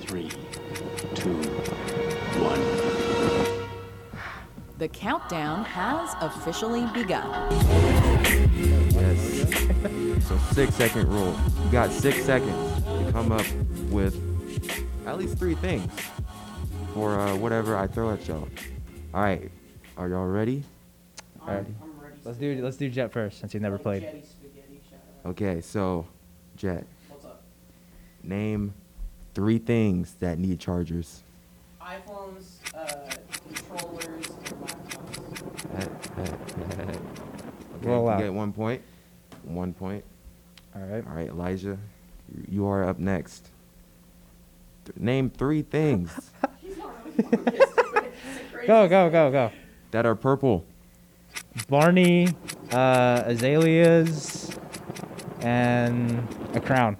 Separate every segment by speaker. Speaker 1: Three, two, one.
Speaker 2: The countdown has officially begun.
Speaker 3: Yes. so six second rule. You got six seconds to come up with at least three things for uh, whatever I throw at y'all. All right. Are y'all ready?
Speaker 4: Alrighty. Let's do let's do Jet first since you've never played.
Speaker 3: Okay. So, Jet. Name three things that need chargers.
Speaker 5: iPhones, uh, controllers, and laptops.
Speaker 3: okay,
Speaker 4: Roll
Speaker 3: you
Speaker 4: out.
Speaker 3: Get one point. One point.
Speaker 4: All right.
Speaker 3: All right, Elijah, you are up next. Th- Name three things
Speaker 5: He's not really focused. It's crazy.
Speaker 4: Go go go go.
Speaker 3: that are purple.
Speaker 4: Barney, uh, azaleas, and a crown.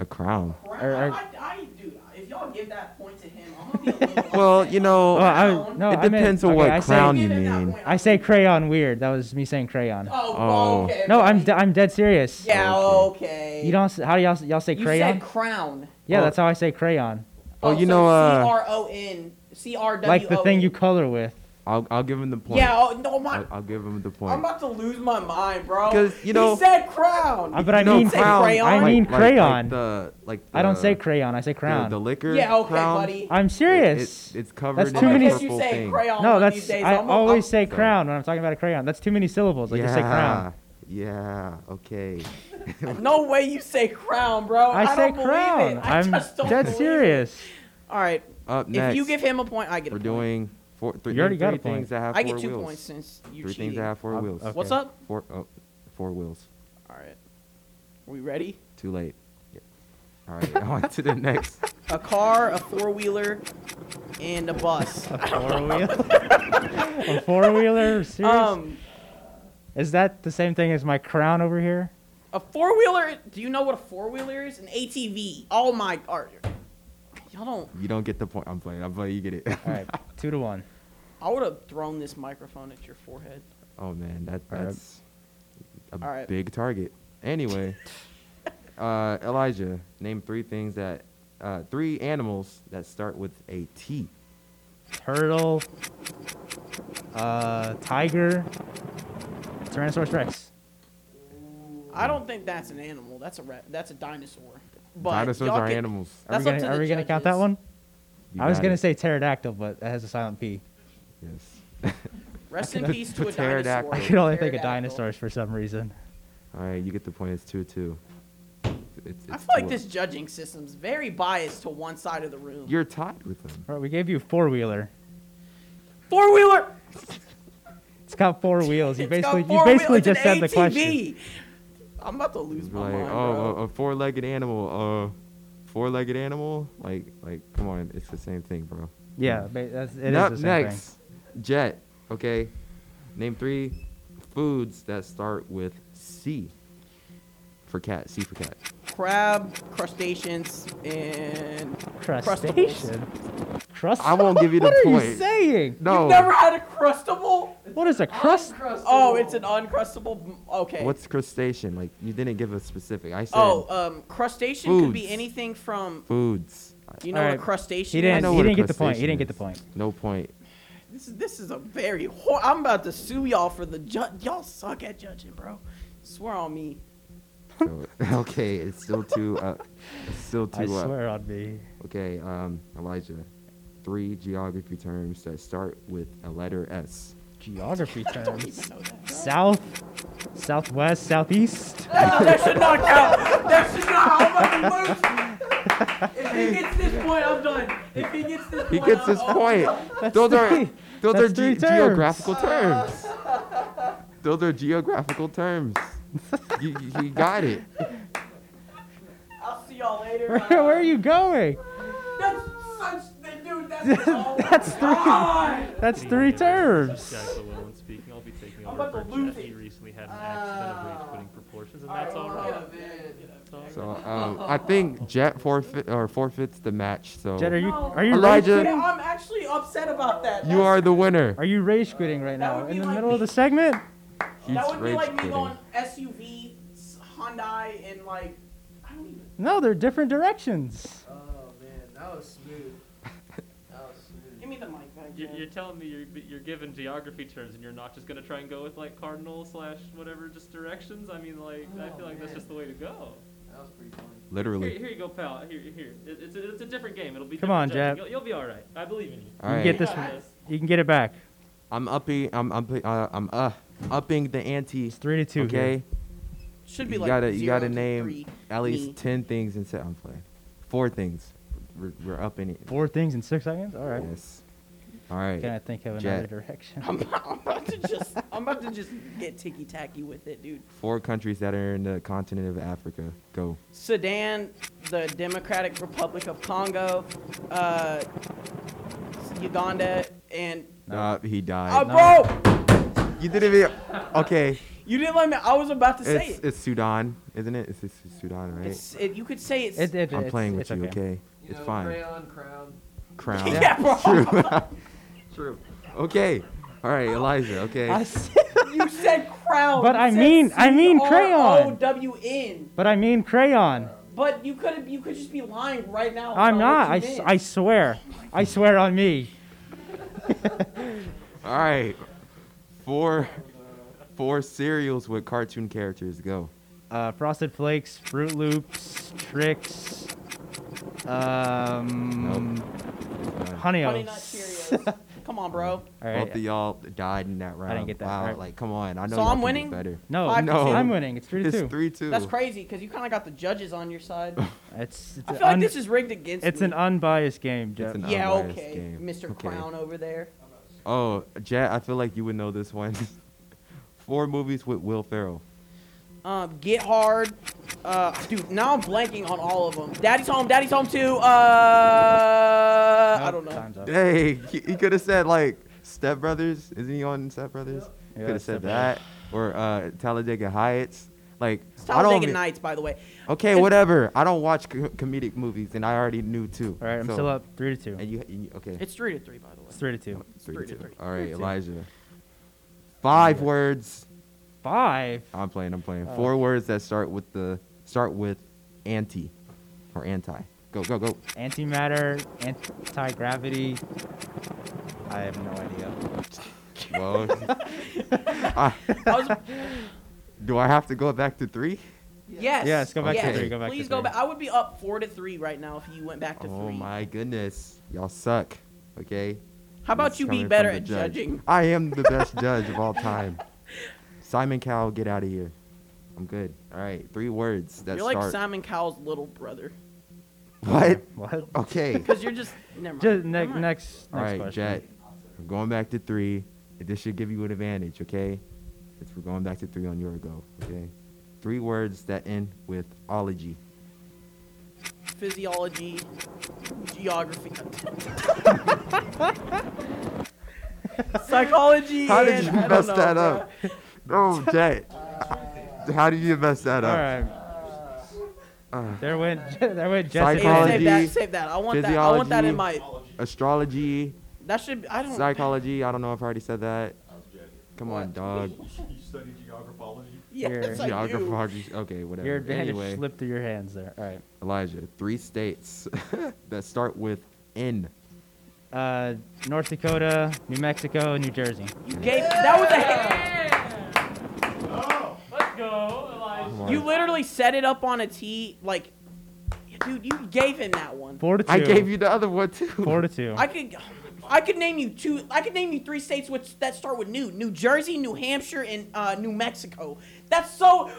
Speaker 3: A crown.
Speaker 5: Crap,
Speaker 4: Or- or-
Speaker 5: I, I, dude, if y'all give that point to him, I'm gonna be a little
Speaker 3: Well,
Speaker 5: upset.
Speaker 3: you know,
Speaker 4: Oh, I,
Speaker 5: Crown?
Speaker 4: no,
Speaker 3: it
Speaker 4: I meant-
Speaker 3: depends on
Speaker 4: okay,
Speaker 3: what
Speaker 4: I say-
Speaker 3: crown you
Speaker 5: Give him that
Speaker 3: mean.
Speaker 5: point.
Speaker 4: I say crayon weird. That was me saying crayon.
Speaker 5: Oh,
Speaker 3: Oh.
Speaker 5: oh. okay.
Speaker 4: No, I'm
Speaker 5: buddy.
Speaker 4: d- I'm dead serious.
Speaker 5: Yeah,
Speaker 3: Okay.
Speaker 5: okay.
Speaker 4: You don't. s- How do y'all s- y'all say
Speaker 5: You
Speaker 4: crayon?
Speaker 5: said crown.
Speaker 4: yeah,
Speaker 3: Oh.
Speaker 4: that's how I say crayon.
Speaker 3: Oh, you know, uh,
Speaker 5: C R O N C R W O.
Speaker 4: Like the thing you color with.
Speaker 3: I'll, I'll give him the point.
Speaker 5: Yeah. Oh, no, my.
Speaker 3: I'll, I'll give him the
Speaker 5: I'm
Speaker 3: point.
Speaker 5: about to lose my mind, bro.
Speaker 3: 'Cause, you know-
Speaker 5: he said crown.
Speaker 4: Uh, but I
Speaker 3: No,
Speaker 4: mean,
Speaker 5: Say crayon.
Speaker 4: I mean
Speaker 3: like,
Speaker 4: crayon.
Speaker 3: Like the, like
Speaker 4: I don't
Speaker 3: the-
Speaker 4: say crayon. I say
Speaker 3: the-
Speaker 4: crown.
Speaker 3: The, liquor.
Speaker 5: yeah, okay,
Speaker 3: crown,
Speaker 5: buddy.
Speaker 4: I'm serious.
Speaker 3: It, it's covered
Speaker 4: That's
Speaker 3: in
Speaker 4: too
Speaker 3: a
Speaker 4: many-
Speaker 5: Unless you
Speaker 3: purple
Speaker 5: say
Speaker 3: thing.
Speaker 5: crayon
Speaker 4: no,
Speaker 5: one of
Speaker 4: that's
Speaker 5: these days,
Speaker 4: I
Speaker 5: I'm,
Speaker 4: always
Speaker 5: I'm,
Speaker 4: say
Speaker 3: So-
Speaker 4: crown when I'm talking about a crayon. That's too many syllables. Like
Speaker 3: Oh. yeah.
Speaker 4: just say crown.
Speaker 3: Yeah. Okay.
Speaker 5: No way you say crown, bro.
Speaker 4: I, say
Speaker 5: don't believe
Speaker 4: crown.
Speaker 5: It. I
Speaker 4: am
Speaker 5: just don't
Speaker 4: dead
Speaker 5: believe it.
Speaker 4: serious.
Speaker 5: All right.
Speaker 3: Up next.
Speaker 5: If you give him a point, I get a
Speaker 3: We're
Speaker 5: point.
Speaker 3: doing four. Three,
Speaker 4: You already
Speaker 3: name
Speaker 4: got
Speaker 3: three
Speaker 4: a point.
Speaker 3: things that have
Speaker 5: I
Speaker 3: four
Speaker 5: get two
Speaker 3: wheels.
Speaker 5: points since you
Speaker 3: Three
Speaker 5: cheated.
Speaker 3: things that have four
Speaker 4: Uh,
Speaker 3: wheels.
Speaker 4: okay.
Speaker 5: What's up?
Speaker 3: Four, oh, four wheels.
Speaker 5: All right. We ready?
Speaker 3: Too late. Yep. All right, on to the next.
Speaker 5: A car, a four wheeler, and a bus.
Speaker 4: A four wheeler. a four wheeler. Serious.
Speaker 5: um,
Speaker 4: Is that the same thing as my crown over here?
Speaker 5: a four wheeler. Do you know what a four wheeler is? An ATV. Oh my. All right. Y'all don't.
Speaker 3: You don't get the point. I'm playing. I'm playing. You get it.
Speaker 4: All right, two to one.
Speaker 5: I would have thrown this microphone at your forehead.
Speaker 3: oh man, that
Speaker 4: All right.
Speaker 3: that's a
Speaker 5: All right.
Speaker 3: big target. Anyway, uh, Elijah, name three things that, uh, three animals that start with a T.
Speaker 4: Turtle. Uh, tiger. Tyrannosaurus Rex.
Speaker 5: I don't think that's an animal. That's a rat. That's a dinosaur. But
Speaker 3: Dinosaurs
Speaker 5: y'all
Speaker 3: are
Speaker 5: can-
Speaker 3: animals.
Speaker 4: Are
Speaker 5: That's
Speaker 4: we
Speaker 5: up to
Speaker 4: gonna, are
Speaker 5: the
Speaker 4: we gonna count that
Speaker 5: judges.
Speaker 4: one?
Speaker 3: You
Speaker 4: I was
Speaker 3: got
Speaker 4: gonna
Speaker 3: it.
Speaker 4: say pterodactyl, but that has a silent P.
Speaker 3: Yes.
Speaker 5: Rest in peace to a
Speaker 3: Pterodactyl.
Speaker 5: dinosaur.
Speaker 4: I could only think of
Speaker 5: Pterodactyl.
Speaker 4: dinosaurs for some reason.
Speaker 3: All right, you get the point. It's two two. It's,
Speaker 5: I
Speaker 3: it's
Speaker 5: feel like
Speaker 3: two-
Speaker 5: this judging system's very biased to one side of the room.
Speaker 3: You're tied with them.
Speaker 4: All right, we gave you four wheeler.
Speaker 5: four wheeler.
Speaker 4: It's got four wheels. You basically you basically just said the question.
Speaker 5: I'm about to lose my
Speaker 3: like,
Speaker 5: mind,
Speaker 3: oh, a,
Speaker 5: bro.
Speaker 3: a four-legged animal. Uh, four-legged animal. Like, like, come on, it's the same thing, bro.
Speaker 4: Yeah, ba- that's, it is
Speaker 3: Up
Speaker 4: the same
Speaker 3: next, Jet. Okay, name three foods that start with C. For cat, C for cat.
Speaker 5: Crab, crustaceans, and
Speaker 4: thing.
Speaker 5: crustables.
Speaker 4: Crustacean. Crust.
Speaker 3: I won't give you the
Speaker 4: what
Speaker 3: point.
Speaker 4: What are you saying?
Speaker 3: No.
Speaker 5: You've never had a crustable?
Speaker 4: What is a crust?
Speaker 5: Oh, it's an uncrustable. Okay.
Speaker 3: What's crustacean? Like, you didn't give a specific. I said
Speaker 5: Oh, um, crustacean could be
Speaker 3: Foods.
Speaker 5: anything from.
Speaker 3: foods.
Speaker 5: You know what
Speaker 4: Alright.
Speaker 5: a crustacean
Speaker 4: He
Speaker 3: I
Speaker 4: didn't.
Speaker 3: know
Speaker 5: is?
Speaker 4: He
Speaker 3: what a
Speaker 4: didn't get the point. He
Speaker 3: crustacean
Speaker 4: didn't get the
Speaker 3: is.
Speaker 4: point.
Speaker 3: No point.
Speaker 5: This is this is a very. Hor- I'm about to sue y'all for the judge. Y'all suck at judging, bro. Swear on me.
Speaker 3: So, okay, it's still two up. It's still two
Speaker 4: I
Speaker 3: up.
Speaker 4: swear on me.
Speaker 3: Okay, um, Elijah. Three geography terms that start with a letter S.
Speaker 4: Geography
Speaker 5: Don't
Speaker 4: terms.
Speaker 5: even know that. bro.
Speaker 4: South, southwest, southeast.
Speaker 5: No, that should not count. That should not. I'm about to lose. If he gets this point, I'm done. If he gets this
Speaker 3: He
Speaker 5: point,
Speaker 3: gets
Speaker 5: I'm
Speaker 3: his
Speaker 5: over.
Speaker 3: point. Those are
Speaker 4: three-
Speaker 3: those are
Speaker 4: that's
Speaker 3: ge-
Speaker 4: three terms.
Speaker 3: geographical terms. Those are geographical terms. You, you- you got it.
Speaker 5: I'll see y'all later.
Speaker 4: Where, where are you going?
Speaker 5: That's such. Dude, that's. Oh
Speaker 4: That's
Speaker 5: my
Speaker 4: three.
Speaker 5: God.
Speaker 4: That's three terms.
Speaker 6: Jack Llewellyn speaking. I'll be taking
Speaker 5: I'm
Speaker 6: over
Speaker 5: about to
Speaker 6: for
Speaker 5: lose
Speaker 6: Jet. He
Speaker 5: it. Ah.
Speaker 6: recently had an accident of weight putting proportions, and that's all right. It's all
Speaker 3: So
Speaker 6: right.
Speaker 3: um, I think Jet forfeit or forfeits the match. So
Speaker 4: Jed, are you
Speaker 5: No.
Speaker 4: are you
Speaker 3: Elijah.
Speaker 4: rage
Speaker 5: Yeah, I'm actually upset about that.
Speaker 3: you are the winner.
Speaker 4: Are you rage quitting right
Speaker 5: That
Speaker 4: now
Speaker 5: would be
Speaker 4: in the
Speaker 5: like
Speaker 4: middle
Speaker 5: me.
Speaker 4: of the segment?
Speaker 3: He's
Speaker 5: That would be
Speaker 3: rage
Speaker 5: like me
Speaker 3: quitting.
Speaker 5: going SUV, Hyundai, and like. I don't even.
Speaker 4: No, they're different directions.
Speaker 5: Oh man, that
Speaker 7: That was smooth. That was smooth.
Speaker 5: Give me the mic back.
Speaker 6: You're,
Speaker 5: there.
Speaker 6: you're telling me you're, that you're given geography terms and you're not just gonna try and go with like cardinal slash whatever just directions. I mean, like I
Speaker 7: Oh,
Speaker 6: feel like that's
Speaker 7: man.
Speaker 6: just the way to go.
Speaker 7: That was pretty funny.
Speaker 6: Here,
Speaker 3: Literally.
Speaker 6: here you go, pal. Here, here. It, it's, a, it's a different game. It'll be.
Speaker 4: Come
Speaker 6: different
Speaker 4: on,
Speaker 6: judging.
Speaker 4: Jeff.
Speaker 6: You'll, you'll be all right. I believe in you.
Speaker 3: All right.
Speaker 4: get this
Speaker 6: You got
Speaker 4: one. You can get it back.
Speaker 3: I'm upping. I'm I'm uh, I'm uh upping the ante.
Speaker 4: It's three to two.
Speaker 3: okay.
Speaker 4: Here.
Speaker 5: Should be
Speaker 3: You
Speaker 5: like
Speaker 3: gotta you
Speaker 5: zero
Speaker 3: gotta
Speaker 5: to
Speaker 3: name
Speaker 5: three.
Speaker 3: at least
Speaker 5: me.
Speaker 3: ten things and say I'm playing. Four things. We're, we're up in it.
Speaker 4: Four things in six seconds. All right.
Speaker 3: Yes. All right.
Speaker 4: Can I think of another
Speaker 3: Jet.
Speaker 4: direction?
Speaker 5: I'm, I'm about to just. I'm about to just get ticky tacky with it, dude.
Speaker 3: Four countries that are in the continent of Africa. Go.
Speaker 5: Sudan, the Democratic Republic of Congo, uh, Uganda, and
Speaker 3: Uh, he
Speaker 5: oh,
Speaker 3: died.
Speaker 5: bro,
Speaker 3: you didn't even. Okay.
Speaker 5: you didn't let me. I was about to say
Speaker 3: It's
Speaker 5: it.
Speaker 3: it's Sudan, isn't it? It's, it's Sudan, right?
Speaker 5: It's, it. You could say it's.
Speaker 4: It- it-
Speaker 3: I'm
Speaker 4: it's-
Speaker 3: playing
Speaker 4: it's
Speaker 3: with you, okay?
Speaker 7: You
Speaker 3: It's
Speaker 7: know,
Speaker 3: fine.
Speaker 7: Crayon crown.
Speaker 3: Crown.
Speaker 5: yeah, bro.
Speaker 3: True. Okay. All right, Elijah. Okay.
Speaker 4: I s-
Speaker 5: You said crown.
Speaker 4: But
Speaker 5: you
Speaker 4: I
Speaker 5: said
Speaker 4: mean- I mean crayon.
Speaker 5: C-R-O-W-N.
Speaker 4: but I mean crayon.
Speaker 5: But you could have. You could just be lying right now.
Speaker 4: I'm
Speaker 5: about
Speaker 4: not.
Speaker 5: what
Speaker 4: I,
Speaker 5: you
Speaker 4: s-
Speaker 5: meant.
Speaker 4: I swear. I swear on me.
Speaker 3: All right. Four, four cereals with cartoon characters. Go.
Speaker 4: Uh, Frosted Flakes, Fruit Loops, Tricks, um, Honey
Speaker 5: Honey Nut
Speaker 4: Oats.
Speaker 5: Cheerios. Come on, bro.
Speaker 4: All
Speaker 3: Both of
Speaker 4: right.
Speaker 3: y'all died in that round.
Speaker 4: didn't get that,
Speaker 3: Wow.
Speaker 4: right.
Speaker 3: Like, come on. I know.
Speaker 5: So
Speaker 3: y'all
Speaker 5: I'm
Speaker 3: can do
Speaker 5: winning?
Speaker 3: Better.
Speaker 4: No,
Speaker 5: Five to two.
Speaker 4: I'm winning. It's three to
Speaker 3: It's
Speaker 4: two.
Speaker 3: three two.
Speaker 5: That's crazy because you kind of got the judges on your side.
Speaker 4: It's, it's
Speaker 5: I
Speaker 4: an
Speaker 5: feel like
Speaker 4: un-
Speaker 5: this is rigged against
Speaker 4: it's
Speaker 5: me.
Speaker 4: an unbiased game,
Speaker 3: It's
Speaker 4: Jeff.
Speaker 3: an
Speaker 5: yeah,
Speaker 3: unbiased
Speaker 5: okay,
Speaker 3: game.
Speaker 5: Mr.
Speaker 3: Okay.
Speaker 5: Crown over there.
Speaker 3: Oh, Jet. I feel like you would know this one. four movies with Will Ferrell.
Speaker 5: Um, Get Hard. Uh, dude, now I'm blanking on all of them. Daddy's Home, Daddy's Home 2. Uh, I
Speaker 4: Nope,
Speaker 5: don't know.
Speaker 4: time's up.
Speaker 3: Hey, he, he could have said like Step Brothers. Isn't he on Step Brothers?
Speaker 4: Yeah,
Speaker 3: could have
Speaker 4: Step
Speaker 3: said that or uh, Talladega Heights. Like
Speaker 5: It's
Speaker 3: I don't.
Speaker 5: Talladega
Speaker 3: mean-
Speaker 5: Nights, by the way.
Speaker 3: Okay,
Speaker 5: And-
Speaker 3: whatever. I don't watch co- comedic movies, and I already knew too.
Speaker 4: All right, I'm
Speaker 3: So-
Speaker 4: still up. Three to two.
Speaker 3: And you, you okay?
Speaker 5: It's 3 to 3, by the way.
Speaker 4: It's three to two.
Speaker 3: three,
Speaker 5: three
Speaker 3: to
Speaker 5: to
Speaker 3: two.
Speaker 5: three.
Speaker 3: All right,
Speaker 4: Three to two.
Speaker 3: Elijah. Five words.
Speaker 4: Five.
Speaker 3: I'm playing. I'm playing.
Speaker 4: Oh.
Speaker 3: Four words that start with the start with anti, or anti. Go go go.
Speaker 4: Antimatter, anti-gravity. I have no idea.
Speaker 3: Well, I-
Speaker 5: I was,
Speaker 3: do I have to go back to three?
Speaker 5: yes.
Speaker 4: Yes, go back
Speaker 3: to three,
Speaker 4: go back to
Speaker 5: Please go
Speaker 4: three.
Speaker 5: back. I would be up 4 to 3 right now if you went back to
Speaker 3: oh
Speaker 5: 3.
Speaker 3: my goodness, y'all suck. Okay. This
Speaker 5: How about
Speaker 3: is
Speaker 5: you
Speaker 3: coming
Speaker 5: be
Speaker 3: from
Speaker 5: better
Speaker 3: the
Speaker 5: at
Speaker 3: judge.
Speaker 5: judging?
Speaker 3: I am the best judge of all time. Simon Cowell, get out of here. I'm good. All right, three words that
Speaker 5: You're like
Speaker 3: start.
Speaker 5: Simon Cowell's little brother.
Speaker 3: what?
Speaker 4: What?
Speaker 3: Okay.
Speaker 5: Because you're just. Never mind.
Speaker 4: Just ne-
Speaker 5: never
Speaker 4: next,
Speaker 5: mind.
Speaker 4: next
Speaker 3: All right,
Speaker 4: question.
Speaker 3: Jet. We're going back to three. This should give you an advantage, okay? Since we're going back to three on your go, okay? Three words that end with ology.
Speaker 5: Physiology, geography. Psychology.
Speaker 3: How did
Speaker 5: and
Speaker 3: you
Speaker 5: I don't
Speaker 3: mess
Speaker 5: know,
Speaker 3: that
Speaker 5: bro.
Speaker 3: up? No, Jet. How did you mess that
Speaker 4: All
Speaker 3: up?
Speaker 4: right.
Speaker 3: Uh,
Speaker 4: There went there went
Speaker 5: Hey,
Speaker 4: Jesse.
Speaker 3: Psychology.
Speaker 5: save that. Save that. I want that. I want that in my.
Speaker 3: Astrology,
Speaker 5: That should. I don't.
Speaker 3: psychology. I don't know if I already said that. Come on, dog.
Speaker 6: You studied geographology.
Speaker 5: yes, I do.
Speaker 3: Geography. Okay, whatever.
Speaker 4: Your advantage
Speaker 3: anyway,
Speaker 4: slipped through your hands there. All right.
Speaker 3: Elijah, three states that start with N.
Speaker 4: Uh, North Dakota, New Mexico, New Jersey.
Speaker 5: You gave. That was a.
Speaker 6: Let's go, Elijah.
Speaker 3: Come on.
Speaker 5: You literally set it up on a tee, like, dude. You gave him that one.
Speaker 4: Four to two.
Speaker 3: I gave you the other one too.
Speaker 4: four to two.
Speaker 5: I could. I could name you two. I could name you three states which that start with New: New Jersey, New Hampshire, and uh, New Mexico. That's so.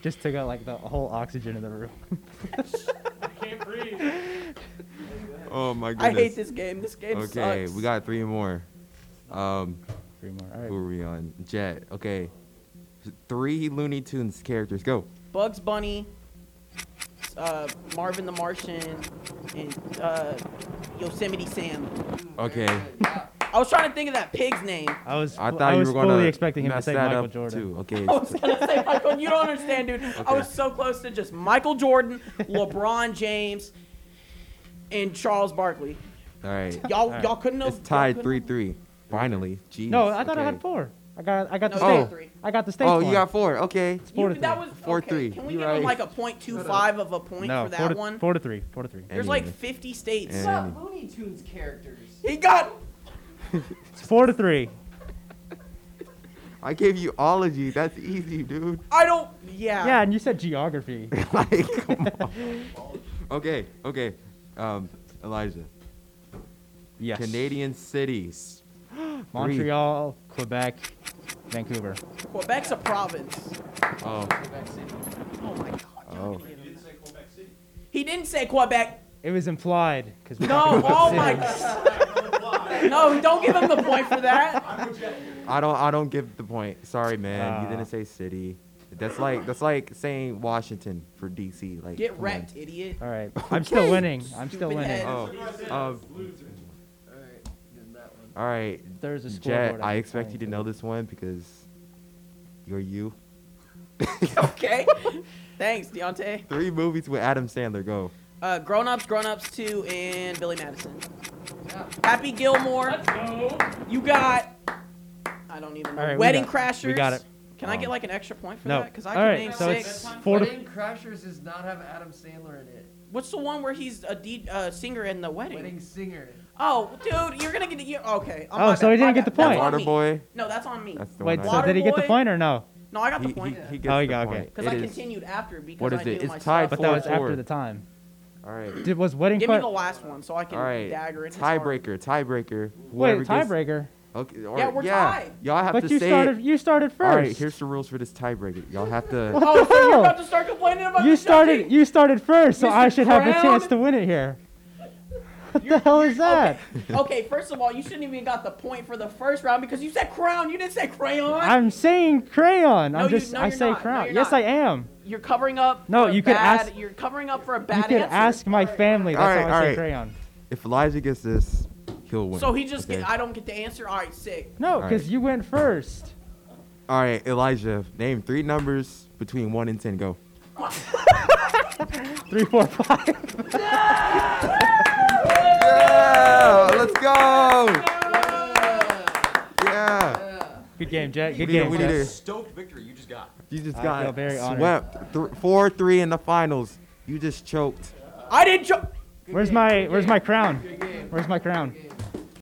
Speaker 4: Just took out like the whole oxygen in the room.
Speaker 6: Can't breathe.
Speaker 3: Oh my
Speaker 5: I
Speaker 3: goodness.
Speaker 5: hate this game. This game sucks.
Speaker 3: Okay, we got three more. Um,
Speaker 4: Three more. All
Speaker 3: who
Speaker 4: right.
Speaker 3: are we on? Jet. Okay, three Looney Tunes characters. Go.
Speaker 5: Bugs Bunny, uh, Marvin the Martian, and uh, Yosemite Sam.
Speaker 3: Okay.
Speaker 5: I was trying to think of that pig's name.
Speaker 4: I was
Speaker 3: I
Speaker 4: fu-
Speaker 3: thought you
Speaker 4: was
Speaker 3: were gonna
Speaker 4: fully expecting him to
Speaker 3: mess
Speaker 4: say
Speaker 3: that
Speaker 4: Michael
Speaker 3: up
Speaker 4: Jordan.
Speaker 3: too. Okay.
Speaker 5: I was gonna say Michael. You don't understand, dude. I
Speaker 3: Okay.
Speaker 5: was so close to just Michael Jordan, LeBron James, and Charles Barkley.
Speaker 3: All right.
Speaker 5: Y'all, all
Speaker 4: All
Speaker 5: right.
Speaker 4: right.
Speaker 5: y'all couldn't have.
Speaker 3: It's
Speaker 5: y'all
Speaker 3: tied
Speaker 5: couldn't
Speaker 3: three
Speaker 5: have-
Speaker 3: three. Finally. Jeez.
Speaker 4: No, I thought I
Speaker 3: okay.
Speaker 4: had four. I got I got the
Speaker 5: No, you
Speaker 4: state.
Speaker 5: got three.
Speaker 4: I got the state.
Speaker 3: Oh,
Speaker 4: one.
Speaker 3: you got four. Okay.
Speaker 4: four to
Speaker 5: You- that
Speaker 4: three.
Speaker 5: was-
Speaker 3: Four,
Speaker 5: okay,
Speaker 3: three.
Speaker 5: Can we
Speaker 3: You
Speaker 5: give
Speaker 3: right.
Speaker 5: him like a point two five of a point
Speaker 4: no,
Speaker 5: for
Speaker 4: four
Speaker 5: that
Speaker 4: to,
Speaker 5: one?
Speaker 4: Four to three. Four to three.
Speaker 5: There's like 50 states.
Speaker 3: And-
Speaker 7: Not Looney Tunes characters.
Speaker 5: He got.
Speaker 4: It's four to three.
Speaker 3: I gave you ology. That's easy, dude.
Speaker 5: I don't. Yeah.
Speaker 4: Yeah, and you said geography.
Speaker 3: like, come on. Okay, okay. Um, Elijah.
Speaker 4: Yes.
Speaker 3: Canadian cities.
Speaker 4: Montreal, Quebec, Vancouver.
Speaker 5: Quebec's a province.
Speaker 3: Oh,
Speaker 5: Oh my god.
Speaker 3: oh.
Speaker 5: He didn't say Quebec.
Speaker 4: It was implied because we
Speaker 5: No. Oh my. god. No. Don't give him the point for that.
Speaker 3: I don't. I don't give the point. Sorry, man. you
Speaker 4: Ah.
Speaker 3: didn't say city. That's like that's like saying Washington for DC. Like
Speaker 5: Get
Speaker 3: come on.
Speaker 5: wrecked, idiot.
Speaker 4: All right. I'm still winning. I'm still
Speaker 5: Stupid
Speaker 4: winning.
Speaker 5: head.
Speaker 3: Oh, um, all right,
Speaker 4: There's a scoreboard.
Speaker 3: Jet. I expect you to know this one because you're you.
Speaker 5: Okay. Thanks, Deontay.
Speaker 3: Three movies with Adam Sandler. Go.
Speaker 5: Uh, grown ups, grown ups two, and Billy Madison. Happy Gilmore.
Speaker 7: No.
Speaker 5: You got. I don't even know.
Speaker 4: All right, we
Speaker 5: Wedding
Speaker 4: got
Speaker 5: Crashers.
Speaker 4: it. We got it.
Speaker 5: Can I
Speaker 3: Oh.
Speaker 5: get like an extra point for
Speaker 4: No.
Speaker 5: that? Because I
Speaker 4: All
Speaker 5: can
Speaker 4: right,
Speaker 5: name
Speaker 4: so
Speaker 5: six.
Speaker 4: it's four to.
Speaker 8: Wedding Crashers does not have Adam Sandler in it.
Speaker 5: What's the one where he's a D, uh, singer in the wedding?
Speaker 8: Wedding Singer.
Speaker 5: Oh, dude, you're gonna get you. Okay.
Speaker 4: Oh,
Speaker 5: my
Speaker 4: so he
Speaker 5: bad, my
Speaker 4: didn't get
Speaker 5: bad.
Speaker 4: the point.
Speaker 5: That's on me.
Speaker 3: Waterboy.
Speaker 5: No, that's on me.
Speaker 3: That's the
Speaker 4: Wait,
Speaker 3: one.
Speaker 4: so did he get the
Speaker 5: Waterboy?
Speaker 4: point or no?
Speaker 5: No, I got the
Speaker 3: he,
Speaker 5: point.
Speaker 3: he, he gets
Speaker 4: Oh, you
Speaker 3: the
Speaker 4: got- okay.
Speaker 3: point.
Speaker 5: Because I
Speaker 3: It is-
Speaker 5: continued after because
Speaker 3: What
Speaker 5: I
Speaker 3: is it?
Speaker 5: knew
Speaker 3: It's
Speaker 5: my
Speaker 3: tied
Speaker 5: stuff.
Speaker 4: But that was
Speaker 3: Four.
Speaker 4: after the time.
Speaker 3: all right.
Speaker 4: Did was wedding?
Speaker 5: Give
Speaker 4: Cra-
Speaker 5: me the last one so I can
Speaker 3: All right.
Speaker 5: dagger it.
Speaker 3: Tiebreaker. Tiebreaker.
Speaker 4: Wait,
Speaker 3: Whoever gets-
Speaker 4: tiebreaker.
Speaker 3: Okay. Or,
Speaker 5: Yeah, we're tied.
Speaker 3: Y'all have
Speaker 4: But
Speaker 3: to
Speaker 4: you
Speaker 3: say.
Speaker 4: started. You started first.
Speaker 3: All right. Here's the rules for this tiebreaker. Y'all have to.
Speaker 5: Oh, so you're
Speaker 4: hell?
Speaker 5: about to start complaining about
Speaker 4: you
Speaker 5: the
Speaker 4: started.
Speaker 5: judging?
Speaker 4: You started first, so I
Speaker 5: Mr.
Speaker 4: should have a
Speaker 5: Crown?
Speaker 4: chance to win it here. What the hell is that?
Speaker 5: okay, first of all, you shouldn't even got the point for the first round because you said crown. You didn't say crayon.
Speaker 4: I'm saying crayon.
Speaker 5: No,
Speaker 4: I'm
Speaker 5: you-
Speaker 4: just.
Speaker 5: no,
Speaker 4: I
Speaker 5: you're
Speaker 4: say
Speaker 5: not. No,
Speaker 4: crown.
Speaker 5: you're
Speaker 4: yes,
Speaker 5: not.
Speaker 4: I am.
Speaker 5: You're covering up.
Speaker 4: No,
Speaker 5: for a
Speaker 4: you could
Speaker 5: bad-
Speaker 4: ask-
Speaker 5: You're covering up for a
Speaker 4: You
Speaker 5: bad
Speaker 4: could
Speaker 5: answer.
Speaker 4: ask my family. That's
Speaker 3: All right,
Speaker 4: how I
Speaker 3: all
Speaker 4: say
Speaker 3: right.
Speaker 4: crayon.
Speaker 3: If Elijah gets this, he'll win.
Speaker 5: So he just
Speaker 3: Okay.
Speaker 5: get. I don't get the answer. All right, sick.
Speaker 4: No,
Speaker 3: right.
Speaker 4: because you went first.
Speaker 3: All right, Elijah. Name three numbers between one and ten. Go.
Speaker 4: Three, four, five.
Speaker 3: Yeah. Let's go. Yeah.
Speaker 4: Good game, Jack.
Speaker 3: We
Speaker 4: Good
Speaker 3: need,
Speaker 4: game.
Speaker 3: we
Speaker 4: Jack.
Speaker 3: need a
Speaker 8: Stoked victory you just got.
Speaker 3: You just
Speaker 4: I
Speaker 3: got
Speaker 4: feel very honored.
Speaker 3: swept Th- four three in the finals. You just choked.
Speaker 5: I didn't. Jo-
Speaker 4: Where's my Where's my crown? Where's my crown?